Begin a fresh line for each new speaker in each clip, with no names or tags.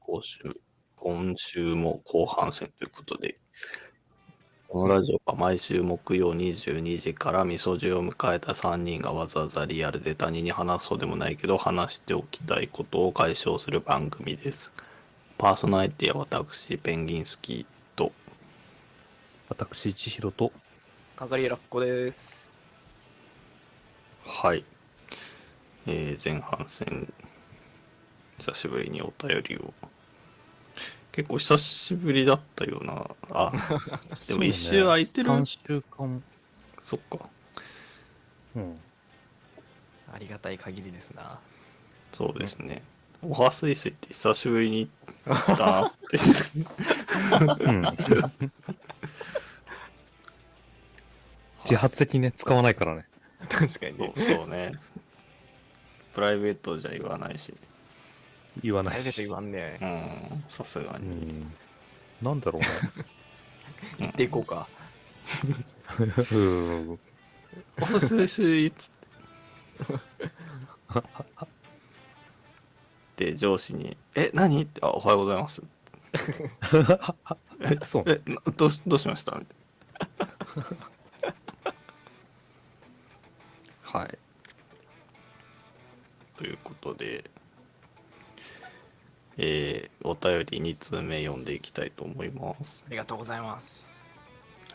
今週、今週も後半戦ということで、このラジオは毎週木曜22時からみそ汁を迎えた3人がわざわざリアルで他人に話そうでもないけど話しておきたいことを解消する番組です。パーソナリティは私、ペンギンスキーと、
私、千尋と、
係ラッコです。
はい、えー前半戦、久しぶりにお便りを。結構久しぶりだったような、 あ、でも一周空いてる
3週間、
そっか。
うん。
ありがたい限りですな。
そうですね。おはすいすいって久しぶりに行ったな って。
うん、自発的にね、使わないからね。
確かに
そう
ね。
そうね。プライベートじゃ言わないし。
言わな
大
い
事と
し。
言わんね
う。ん、さすが
う
に。
ん。なんだろうね。
行っていこうか。
うん。
おはすいすいっつって。で、上司に、え、何って、あ、おはようございます。え、
そう
え、などうしどうしましたみたいな。はい。ということで、えーお便り2通目読んでいきたいと思います。
ありがとうございます。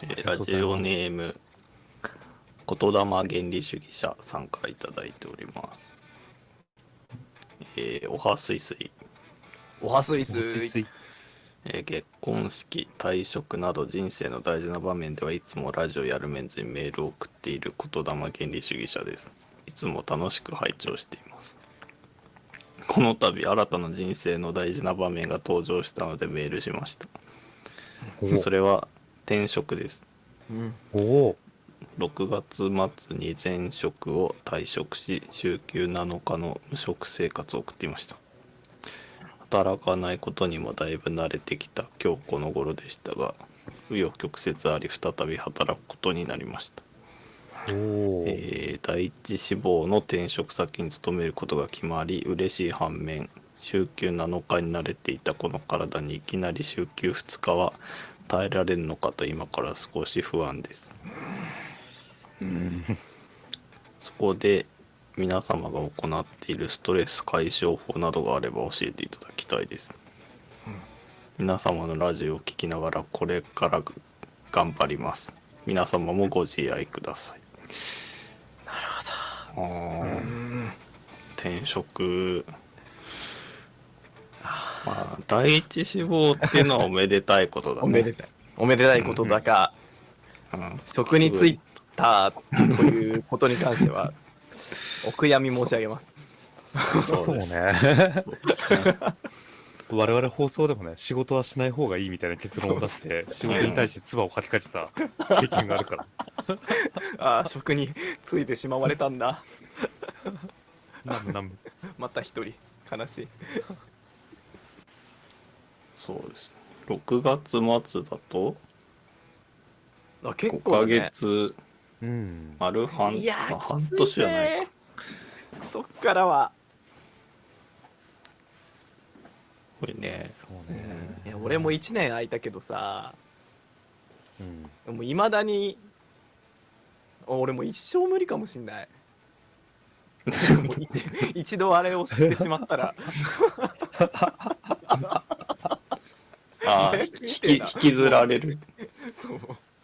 え
り
ー
が
ラ
とうござ
ジ
います
オネーム、言霊原理主義者さんからいただいております。えーおはすいすい。
おはすいす
水
い。
水
えー結婚式退職など人生の大事な場面ではいつもラジオやるメンズにメールを送っている言霊原理主義者ですいつも楽しく拝聴していますこの度新たな人生の大事な場面が登場したのでメールしましたそれは転職です
うん。
おお
6月末に前職を退職し週休7日の無職生活を送っていました働かないことにもだいぶ慣れてきた今日この頃でしたが紆余曲折あり再び働くことになりました、
おー
えー第一志望の転職先に勤めることが決まり嬉しい反面週休7日に慣れていたこの体にいきなり週休2日は耐えられるのかと今から少し不安ですそこで皆様が行っているストレス解消法などがあれば教えていただきたいです。皆様のラジオを聞きながらこれから頑張ります。皆様もご自愛ください。なるほど。
うん。
転職。まあ、第一志望っていうのはおめでたいことだね。
おめでたい。おめでたいことだが、
うん
職に就いたということに関しては、 お悔やみ申し上げます。
そう
です
ね。
そうですね
我々放送でもね、仕事はしない方がいいみたいな結論を出して、仕事に対して唾を吐きかけた経験があるから。
ああ、職に就いてしまわれたんだ。
なんむなんむ。
また一人。悲しい。
そうです。6月末だと
あ結
5
構
ヶ
だね。
月
うん。
丸半
いや
まあ
ー、
半
きついね
年じゃないか
そっからは。
これね
そうね。
いや俺も1年空いたけどさ、
うん。
もう未だに、あ俺もう一生無理かもしん ない。もうい一度あれを知ってしまった ら、
ああ
ね
引き
見て
引
た
きずられる
そう、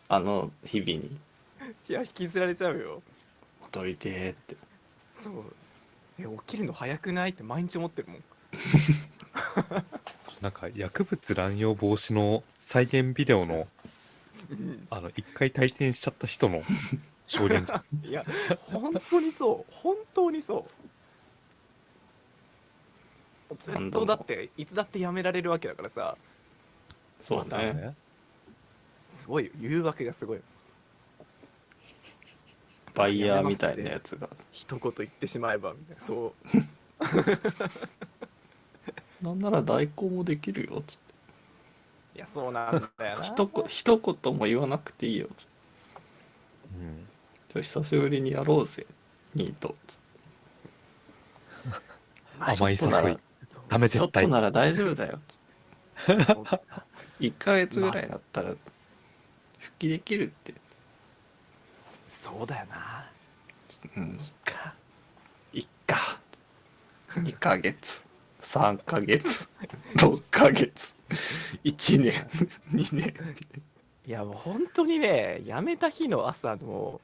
あの日々に
いや、引きずられちゃうよ。
「戻りてー」って
そう。え、起きるの早くないって毎日思ってるもん。
なんか薬物乱用防止の再現ビデオの
うん
あの一回退店しちゃった人の証言 じゃん
いや、本当にそう。本当にそう。ずっとだって、いつだってやめられるわけだからさ、
そうね
すごいよ。誘惑がすごいよ。
バイヤーみたいなやつが
一言言ってしまえば、みたいな。そう。
なんなら代行もできるよっつって
いや、そうなんだよ な。
ひとこ一言も言わなくていいよっつって
うん
今日久しぶりにやろうぜニートっつって
甘い
ちょっとな
誘い
ら
ダメ
ちょっ
絶
と
対
なら大丈夫だよ
そう
1ヶ月ぐらいだったら復帰できるって、
そうだよな
うん、
か
1か2ヶ月3ヶ月6ヶ月1年2年
いやもう本当にね辞めた日の朝の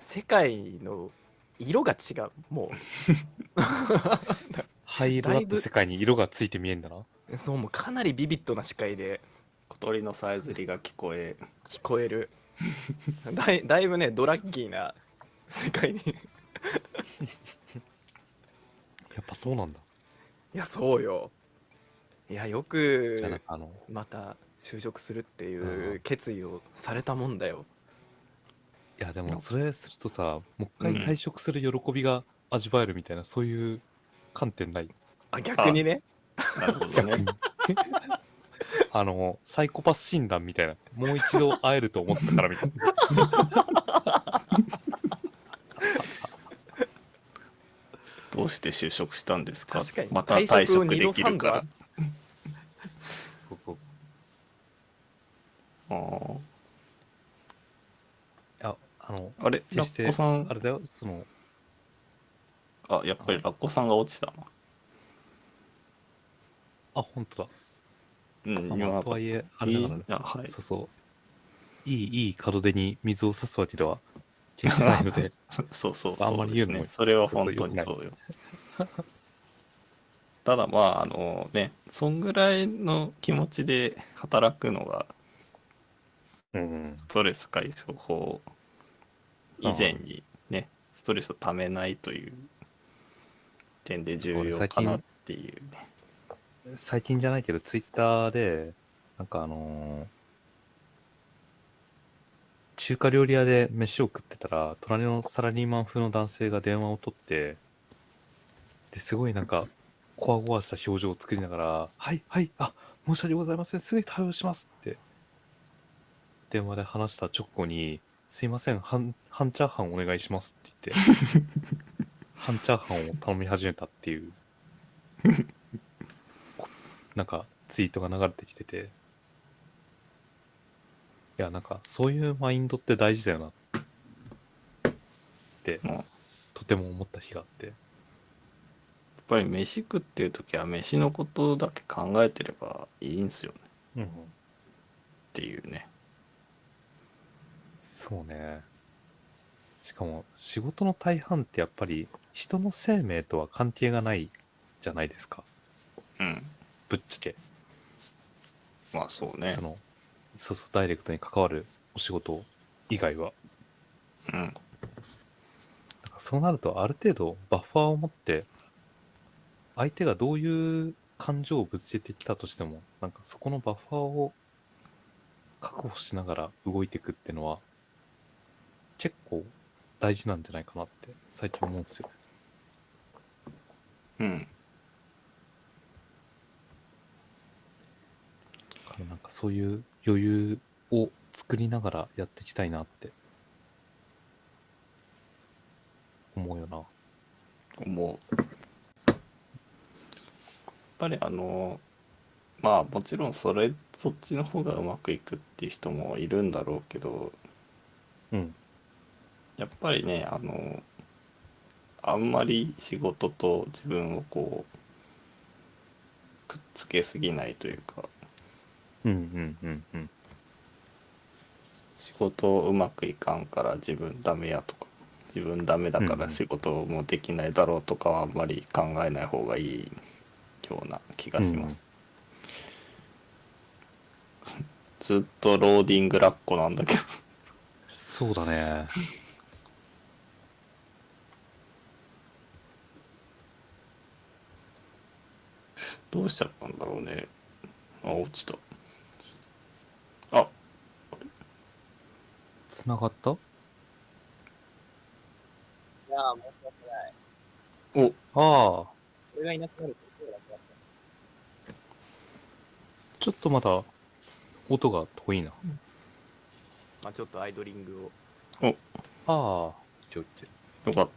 世界の色が違うも
灰色だった世界に色がついて見えんだな
うそうもうかなりビビッドな視界で
小鳥のさえずりが聞こえ
聞こえる だいだいぶねドラッキーな世界にい
やっぱそうなんだ
やそうよいやよ
じゃあなん
く
かあの
また就職するって
う
い
ん
う決意をされたもんだよ
いやでもそれするとさもう一回退職する喜びが味わえるみたいな、そういう観点ない
あ逆にね
なるほどね
あのサイコパス診断みたいなもう一度会えると思ったからみたいな
どうして就職したんですか
確かに
また退職できるから
そうそうそう
あー
いやあの
あれラ
決して
ッコさん
あれだよその
あやっぱりラッコさんが落ちたな
あ本当だ
うん
あ、
今
まあ、とはいえあれだからね
いいあはい
そうそういいいい門出に水を差すわけでは決してないので
そうそうそう
あんまり言うのも
ですねそれは本当に
そう
そ
そう
よただまああのねそんぐらいの気持ちで働くのが
うん
ストレス解消法以前にねストレスをためないという点で重要かなっていうね
最近じゃないけどツイッターでなんかあのー中華料理屋で飯を食ってたら隣のサラリーマン風の男性が電話を取ってですごいなんかこわごわした表情を作りながら「はいはいあ申し訳ございませんすぐに対応します」って電話で話した直後に「すいません半半チャーハンお願いします」って言って半チャーハンを頼み始めたっていうなんかツイートが流れてきてて、いや、なんかそういうマインドって大事だよなって、
うんやっ
とても思った日があって、
ぱり飯食っていう時は飯のことだけ考えてればいいんすよね
うん、
っていうね
そうね。しかも仕事の大半ってやっぱり人の生命とは関係がないじゃないですか、
うん
ぶっちゃけ。
まあそうね
そのそうそう、ダイレクトに関わるお仕事以外は。
うん
なんかそうなるとある程度バッファーを持って相手がどういう感情をぶつけてきたとしてもなんかそこのバッファーを確保しながら動いていくっていうのは結構大事なんじゃないかなって最近思うんですよ。
うん
だからなんかそういう余裕を作りながらやっていきたいなって思うよな。
思うやっぱりあのまあもちろんそれそっちの方がうまくいくっていう人もいるんだろうけど
うん。
やっぱりねあのあんまり仕事と自分をこうくっつけすぎないというか
うんうんうんうん。
仕事うまくいかんから自分ダメやとか自分ダメだか
うんう
ら
ん
仕事もできないだろうとかはあんまり考えない方がいいような気がします、 ずっとローディングラッコなんだけど
そうだね。
どうしちゃったんだろうねあ落ちたあ
つながった
いやー、申し訳ない。
お
ああ。
俺がいなくなるとそうだった。
ちょっとまだ音が遠いな。
まあ、ちょっとアイドリングを
ああ、ちょいちょい
よかっ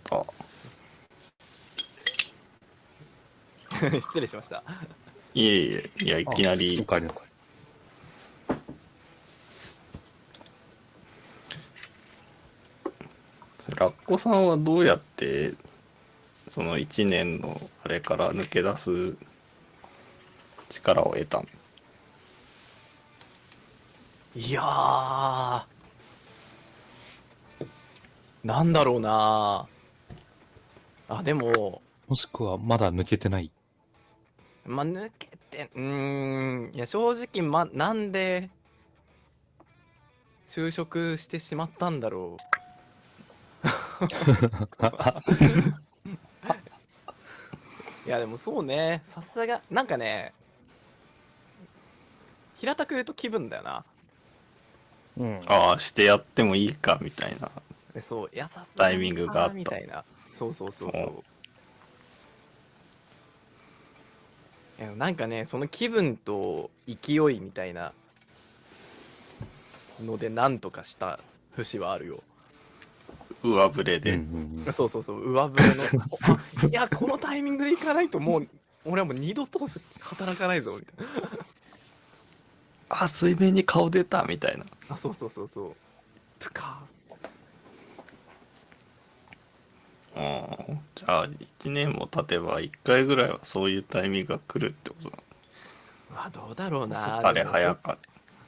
た
失礼しました。
いえいえ、いや、いきなり
おかえりなさい。
ラッコさんはどうやってその1年のあれから抜け出す力を得たの
いやー、なんだろうなあ、でも、
もしくは、まだ抜けてない。
まあ、抜けて、うーん、いや、正直、ま、なんで、就職してしまったんだろう。いや、でもそうね、さすが、なんかね、平たく言うと気分だよな。
うん。
ああしてやってもいいかみたいな
でそう、いや、さすが
タイミングがあった
みたいな。そうそうそうそう。いやなんかね、その気分と勢いみたいなので、なんとかした節はあるよ。
上振れで、
うん
そうそうそう、上振れの。あ いや、このタイミングで行かないと、もう、俺はもう二度と働かないぞ、みたいな。
ああ水面に顔出たみたいな
あ、そうそうそうそう。ぷか
ああじゃあ1年も経てば1回ぐらいはそういうタイミングが来るってこと
ー。まあ、どうだろう
な
な。
の彼
でも
早かれ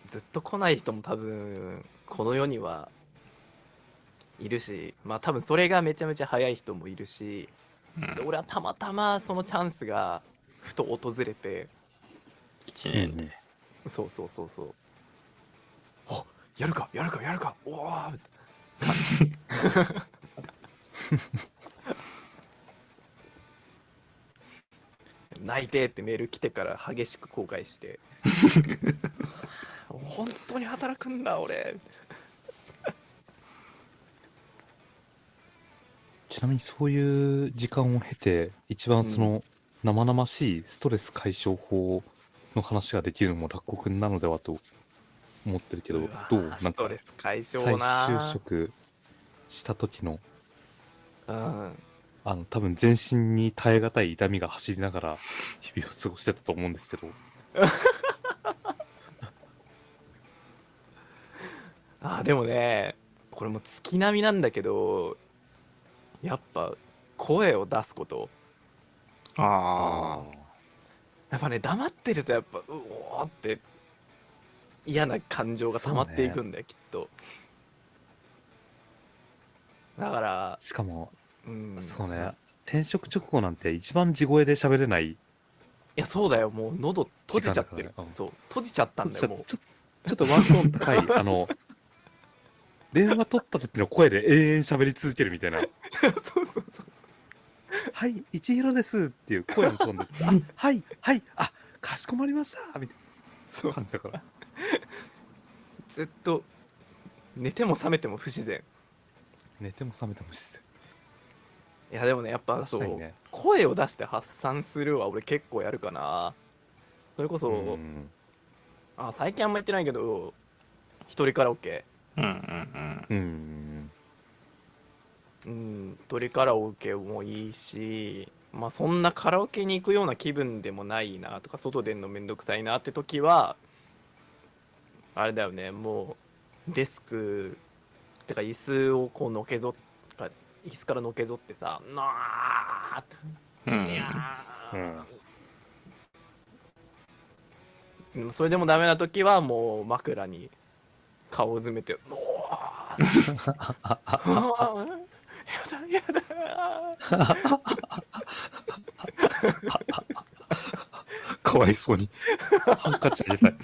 ずっと来ない人も多分この世にはいるしまあ多分それがめちゃめちゃ早い人もいるしで
うん、
俺はたまたまそのチャンスがふと訪れて
1年で、
そうそうそうそうあやるかやるかやるかおおみたいな感じ泣いてってメール来てから激しく後悔して 本当に働くんだ俺
ちなみにそういう時間を経て、一番その生々しいストレス解消法の話ができるのも落語くんなのではと思ってるけど
うわ、
どうな
ス
んか
トレス解
再
消な
就職した時の、
うん
あの、多分全身に耐え難い痛みが走りながら日々を過ごしてたと思うんですけど、
あでもねこれも月並みなんだけどやっぱ声を出すこと
あ
やっぱね黙ってるとやっぱうおーって嫌な感情が溜まっていくんだよ、きっとだから
しかも、
うん
そうね、転職直後なんて一番地声で喋れない
いやそうだよもう喉閉じちゃってる
時間だからねうん
そう閉じちゃったんだよもう
ちょちょっとワントーン高い あの電話取った時の声で永遠喋り続けるみ たいな「
そうそうそう
はい一広です」っていう声のトーンで「あはいはいあかしこまりました」みたい
そう
な感じだから
ずっと寝ても覚めても不自然
寝ても覚めても自然
いやでもねやっぱそ
確
う、
かにね
声を出して発散するは俺結構やるかなそれこそ、
ん
あ最近あんま言ってないけど一人カラオケ
あうんうん
うん
うん一人カラオケもいいしまあそんなカラオケに行くような気分でもないなとか外出んのめんどくさいなって時はあれだよねもうデスクてか椅子をこうのけぞっか椅子からのけぞってさ「なあ!」
うんうん
いやー
うん
でもそれでもダメな時はもう枕に顔を詰めて「うわーうわーやだやだ
かわいそうにハンカチあげたい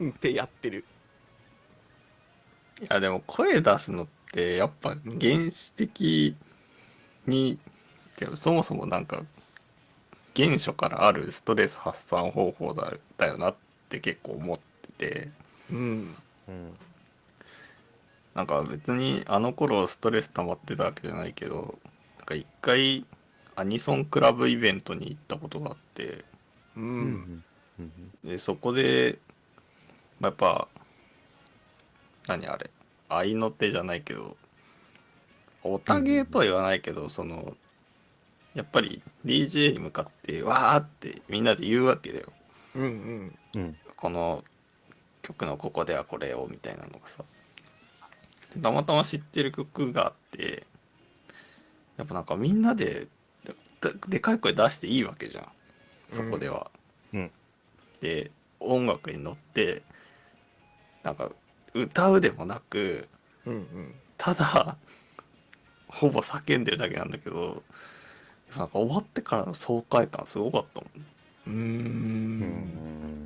ー」ってやってる
いやでも声出すのってやっぱ原始的に、でもそもそもなんか原初からあるストレス発散方法だだよなって結構思ってて
うん
うん
なんか別にあの頃ストレス溜まってたわけじゃないけどなんか一回アニソンクラブイベントに行ったことがあって
う
うんんうん
でそこで、まあ、やっぱ何あれ合いの手じゃないけどおたげとは言わないけど、そのやっぱり DJ に向かってわーってみんなで言うわけだよ
うんうん
うん。
この曲のここではこれをみたいなのがさたまたま知ってる曲があってやっぱなんかみんなでででかい声出していいわけじゃんそこでは。
うんうん
で音楽に乗ってなんか歌うでもなく
うんうん
ただほぼ叫んでるだけなんだけどなんか終わってからの爽快感すごかったもん。うー
うん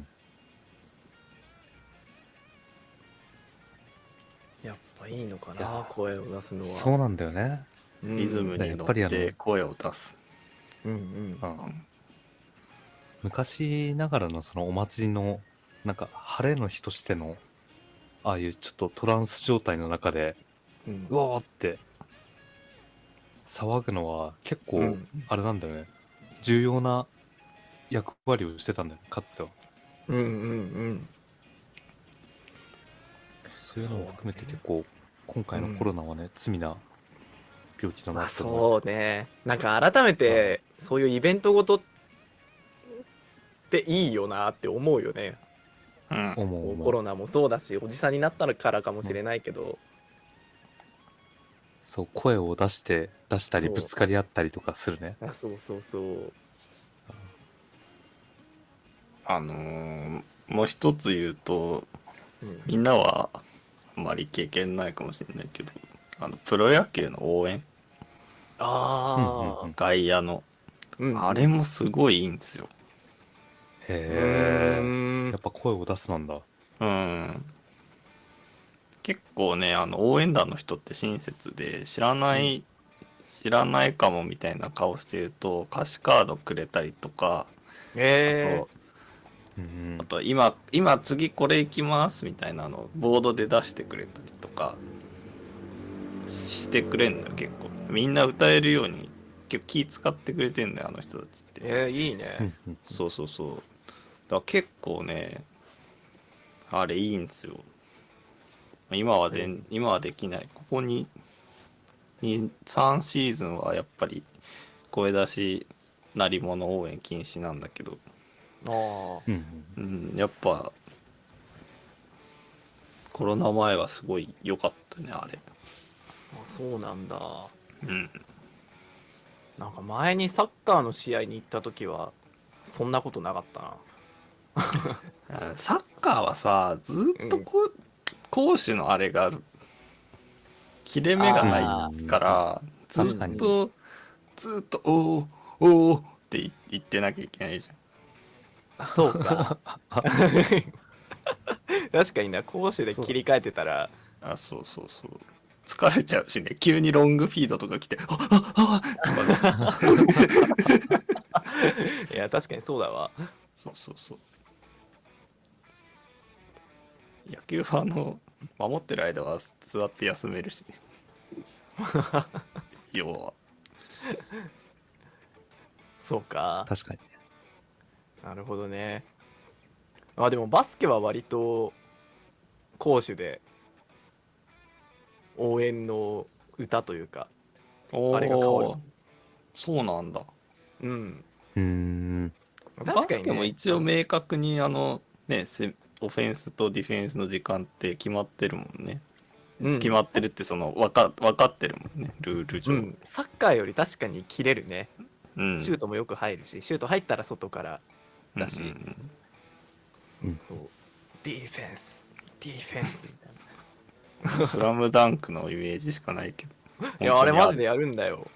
ん。
やっぱいいのか
いや
な声を出すのは
そうなんだよね。
うん
リズムに
や
乗
っぱり
っ
あの
て声を出す。
うんうん
う。
うんん
昔ながらのそのお祭りの、なんか晴れの日としての、ああいうちょっとトランス状態の中で、
うん
うわーって、騒ぐのは結構、
うん
あれなんだよね。重要な役割をしてたんだよ、かつては。
うんうん
そういうのも含めて
そうね
結構、今回のコロナはね、罪な病気
う
だ
んま
な
あ
と思う。
そうねなんか改めてそういうイベントごとっていいよなって思うよね
うん
思う思
コ
う
ロナもそうだしおじさんになったからかもしれないけど
そう声を出して出したり
そう
ぶつかり合ったりとかするね
あそうそうそう
あのーもう一つ言うと
うん
みんなはあんまり経験ないかもしれないけどあのプロ野球の応援
あ
うんうんう
あ
ん
外野の
うん
あれもすごいいいんですよ。
へえ
う
や
ん
っぱ声を出すなんだ
うん結構ねあの応援団の人って親切で知らない、知らないかもみたいな顔してると歌詞カードくれたりとか、あ
え
と
うん
あと今今次これ行きますみたいなのをボードで出してくれたりとかしてくれんのよ結構みんな歌えるように結構気使ってくれてんだよあの人たちって。
えいい
うん
ね
うんうん
そうそうそう。だから結構ね、あれいいんですよ。今は全、今はできない。ここに、に3シーズンはやっぱり声出し鳴り物応援禁止なんだけど、
ああ
うんうん
うん、やっぱコロナ前はすごい良かったね、あれ。
あそうなんだ
うん。
なんか前にサッカーの試合に行った時はそんなことなかったな
あサッカーはさ、ずっとこう、攻守のあれが、切れ目がないから、ず
ー
っと、ずっと、おーおーって言言ってなきゃいけないじ
そうか 確かにな攻守で切り替えてたら
ゃん。あ、そうそうそう。疲れちゃうしね、急にロングフィードとか来て、ああああとかね
いや確かにそうだわ
そうそうそう。野球はあの、守ってる間は座って休める し、ね、要は。
そうか
確かに
なるほどねあでもバスケは割と攻守で応援の歌というか
あ
あれが変わる
そうなんだ。
うん
うーん
バ
確
ス
かに、
ケ
ね、
も一応明確にあのねせオフェンスとディフェンスの時間って決まってるもんね、
うん
決まってるってその分か分かってるもんねルール上、
うん、サッカーより確かに切れるね、
うん
シュートもよく入るしシュート入ったら外からだし
うんうん
そうディフェンスディフェンスみたい な
うんスラムダンクのイメージしかないけど
いやあれマジ
本
でやるんだよ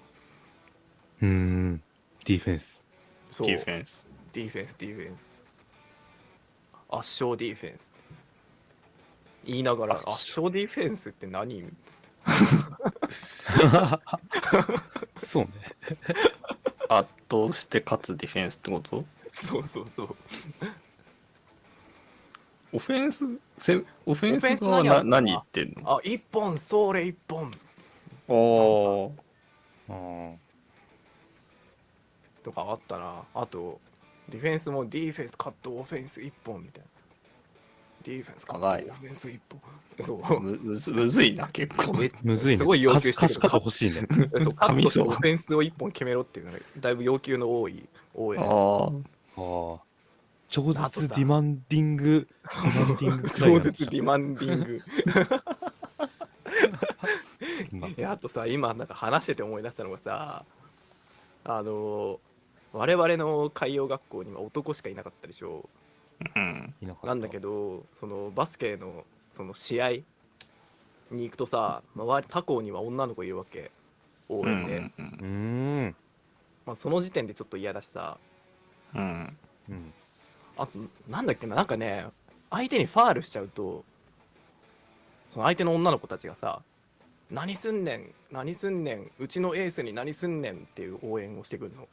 うーんディフェンス
そう
当にあるディフェンス
ディフェンスディフェンス圧勝ディフェンス言いながら
圧勝
圧勝ディフェンスって何
そうね
圧倒して勝つディフェンスってこと
そうそうそう
オフェンスせオフェン
オフェン
ス
ス
側は
何あ
な
るの
何言ってんの
あ一本それ一本
おお
とかあったなあとディフェンスもディフェンスカットオフェンス一本みたいディフェンス
長い
デ
な
ィフェンス一歩。そう。
むむずむずいな、結構。
むずいね。
すごい要求してる
歌詞歌詞方欲し いね。
そうカットして
神
オ
相
フェンスを一本決めろっていうのが、だいぶ要求の多い、多いね。
あ
ああ。
あ
超
と
絶
さ
ディマンディング、ディマンディングくらい
超
なんでし
絶
ょ
ディマンディング。
まあ
いやあとさ今なんか話してて思い出したのがさあの我々の海洋学校には男しかいなかったでしょ
あ。うん。
いなかった
なんだけどそのバスケのその試合に行くとさ周り他校には女の子いるわけ応
うん
援で、
うん
うーん。
まあ、その時点でちょっと嫌だしさ
うん。
うん。
あとなんだっけななんかね相手にファールしちゃうとその相手の女の子たちがさ「何すんねん何すんねんうちのエースに何すんねん」っていう応援をしてくるの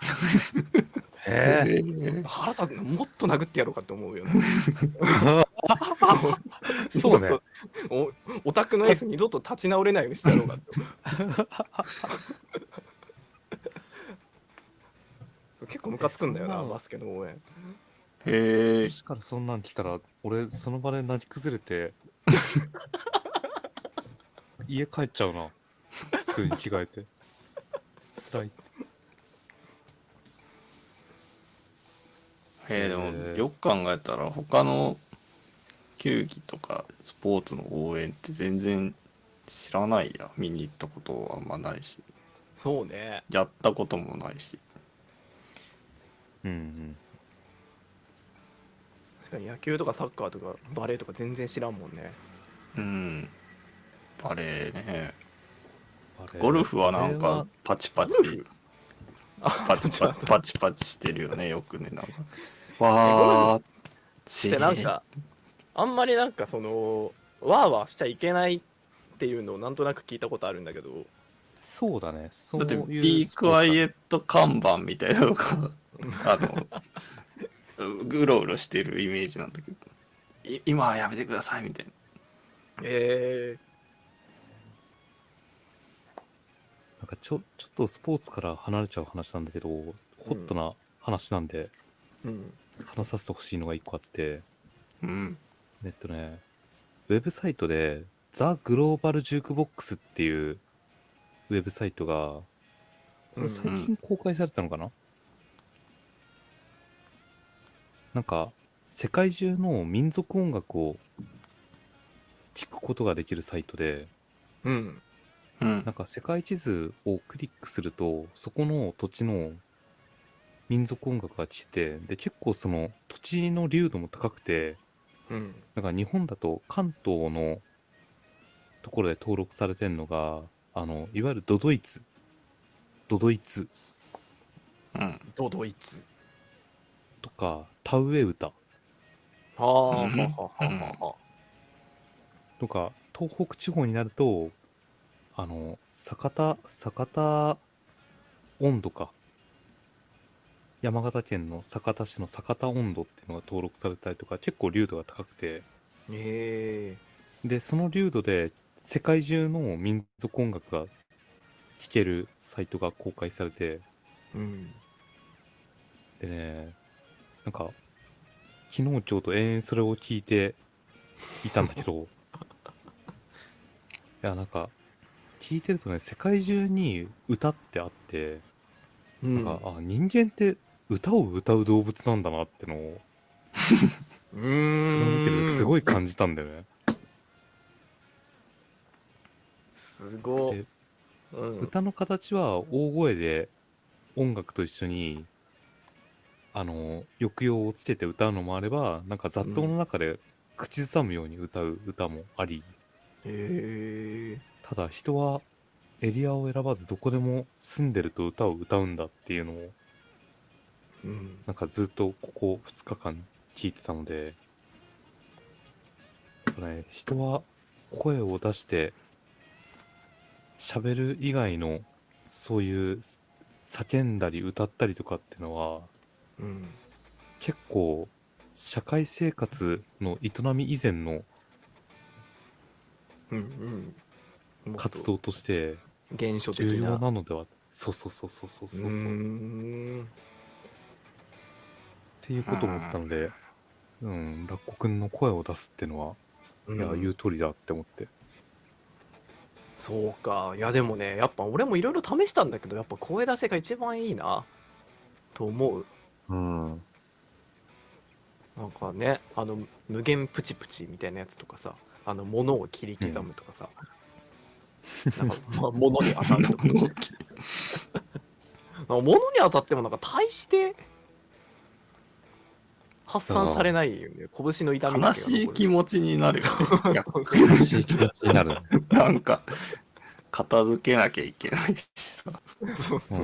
へえ。
え
腹立つなもっと殴ってやろうかって思うよね
そうね。
おオタクのエース二度と立ち直れないようにしてやろうか ってそう結構ムカつくんだよ
え
な
そ
ん
なの
バスケの応援
ー、へえ
もしからそんなん来たら、俺、その場で泣き崩れて、家帰っちゃうな。普通に着替えて。辛い。
えーでもよく考えたら他の球技とかスポーツの応援って全然知らないや見に行ったことあんまないし
そうね
やったこともないし
うんうん。
確かに野球とかサッカーとかバレーとか全然知らんもんね
うんバレーね
あれ
ゴルフはなん
あれは
かパチパチ
ゴルフ
パチパ チパチパチしてるよねよくねなんかわーし
でなんかあんまりなんかそのわーわーしちゃいけないっていうのをなんとなく聞いたことあるんだけど
そうだね。そ
だ
う
って
い
ビ
う
ー
ス
ク
ポーツだ
ワ
ね。
イエット看板みたいな のがあのうろうろしてるイメージなんだけどい今はやめてくださいみたいな
え
なんかちょちょっとスポーツから離れちゃう話なんだけど、ホットな話なんで、
ー、うん
話させてほしいのが一個あって、
うん
えっとね、ウェブサイトで、ザ・グローバル・ジュークボックスっていうウェブサイトが、これ最近公開されたのかな、なんか、世界中の民族音楽を聴くことができるサイトで、
うん
うん
なんか世界地図をクリックするとそこの土地の民族音楽が聴けてで結構その土地の流度も高くて
うん
なんか日本だと関東のところで登録されてるのがあのいわゆるドドイツドドイツ
うん
ドドイツ
とか田植え歌
はあはあ
うん
はあはあはあ
とか東北地方になるとあの酒田酒田温度か山形県の酒田市の酒田温度っていうのが登録されたりとか結構流度が高くて
え
でその流度で世界中の民族音楽が聴けるサイトが公開されて
えうん
でねなんか昨日今日と延々それを聞いていたんだけ どいやなんか聞いてるとね世界中に歌ってあって、
うん
なんかあ人間って歌を歌う動物なんだなってのを
う
これを見て
ー
て
ん
すごい感じたんだよね。
すご
で
うん
歌の形は大声で音楽と一緒にあの抑揚をつけて歌うのもあればなんか雑踏の中で口ずさむように歌う歌もあり、
へえ
ただ人はエリアを選ばずどこでも住んでると歌を歌うんだっていうのを
うん
なんかずっとここ2日間聞いてたので、やっぱね、人は声を出して喋る以外のそういう叫んだり歌ったりとかっていうのは
うん
結構社会生活の営み以前の
うんうんもっと
活動として
原初的
重要
な
なのではそうそうそうそうそうそう
う
そ
ー
うっ
ん
ていうことを思ったのでうん、ラッコくんの声を出すってのは、いや、
うん
言う通りだって思って。
そうかいやでもねやっぱ俺もいろいろ試したんだけどやっぱ声出せが一番いいなと思う
うん。
なんかねあの無限プチプチみたいなやつとかさあの物を切り刻むとかさ、なんか、まあ、物に当たると かさなんか物に当たってもなんか大して発散されないよね拳の痛み
悲
だけが残る
しい気持ちになるよね いや
悲しい気持ちにな る。
なんか片付けなきゃいけないしさ
そうそうそ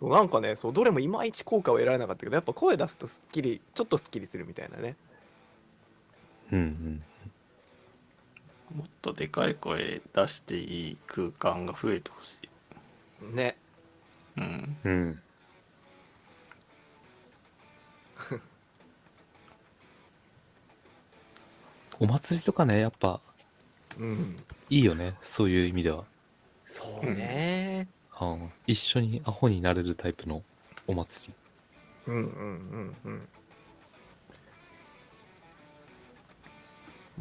うなんかねそうどれもいまいち効果を得られなかったけどやっぱ声出すとすっきりちょっとすっきりするみたいなね
うんうん。
もっとでかい声出していい空間が増えてほしい
ね
うん
うん。 お祭りとかね、やっぱ
うん
いいよね、そういう意味では。
そうね
うん、一緒にアホになれるタイプのお祭り。
うんうんうんうん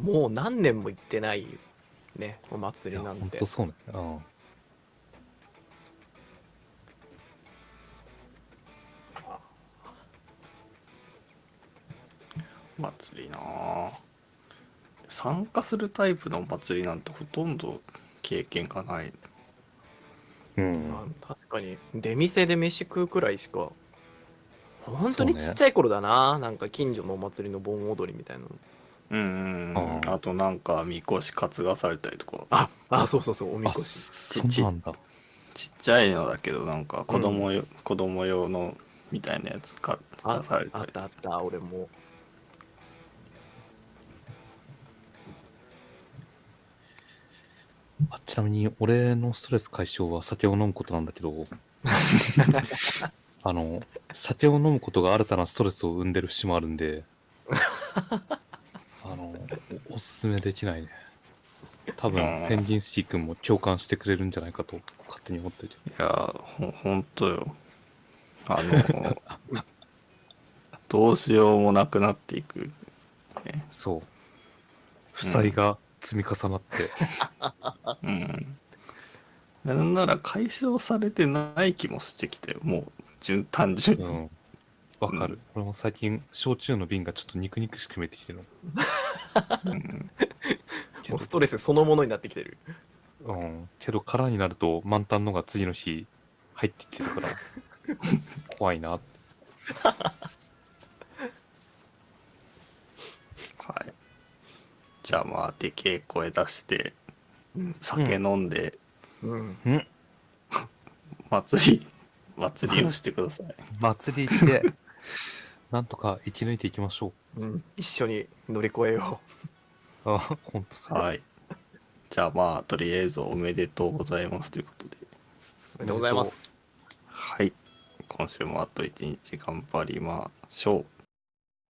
もう何年も行ってないねお祭り
いや
なん
本
て
当そうね。うん。
お祭りなあ参加するタイプのお祭りなんてほとんど経験がない
うん
あ確かに出店で飯食うくらいしか本当に
そうね
ちっちゃい頃だな、なんか近所のお祭りの盆踊りみたいなの
うんうんうん
ああ
あとなんかみこし担がされたりとか
ああそうそうそうおみ
あ、
こし
そうなんだ。
ちっちゃいのだけどなんか子供よ、子供用のみたいなやつか
あ
出され
あ
た
っ
り
たあった俺も
あちなみに、俺のストレス解消は酒を飲むことなんだけ ど、あの、酒を飲むことが新たなストレスを生んでる節もある んで、あの、おおすすめできないね。多分
うん、
ペンギンスキー君も共感してくれるんじゃないかと、勝手に思ってる。
いやーほほんとよあのー どうしようもなくなっていく
そう。負債が積み重なって、
うんなんなら解消されてない気もしてきてもう純単純に、
うん。わか
う
る。俺も最近、焼酎の瓶がちょっと肉肉しく見えてきてるの。
うん
け
も
ど
うストレスそのものになってきてる
うん。けど空になると満タンのが次の日入ってきてる から、怖いなって。
はいじゃあまあでけえ声出して
うん
酒飲んで
うん
祭り、祭りをしてください
祭り行 って、なんとか生き抜いていきましょ
うん一緒に乗り越えよ
う。あ、ほんとそう。
はいじゃあまあとりあえずおめでとうございますということで
うありがとうございます
はい今週もあと一日頑張りましょう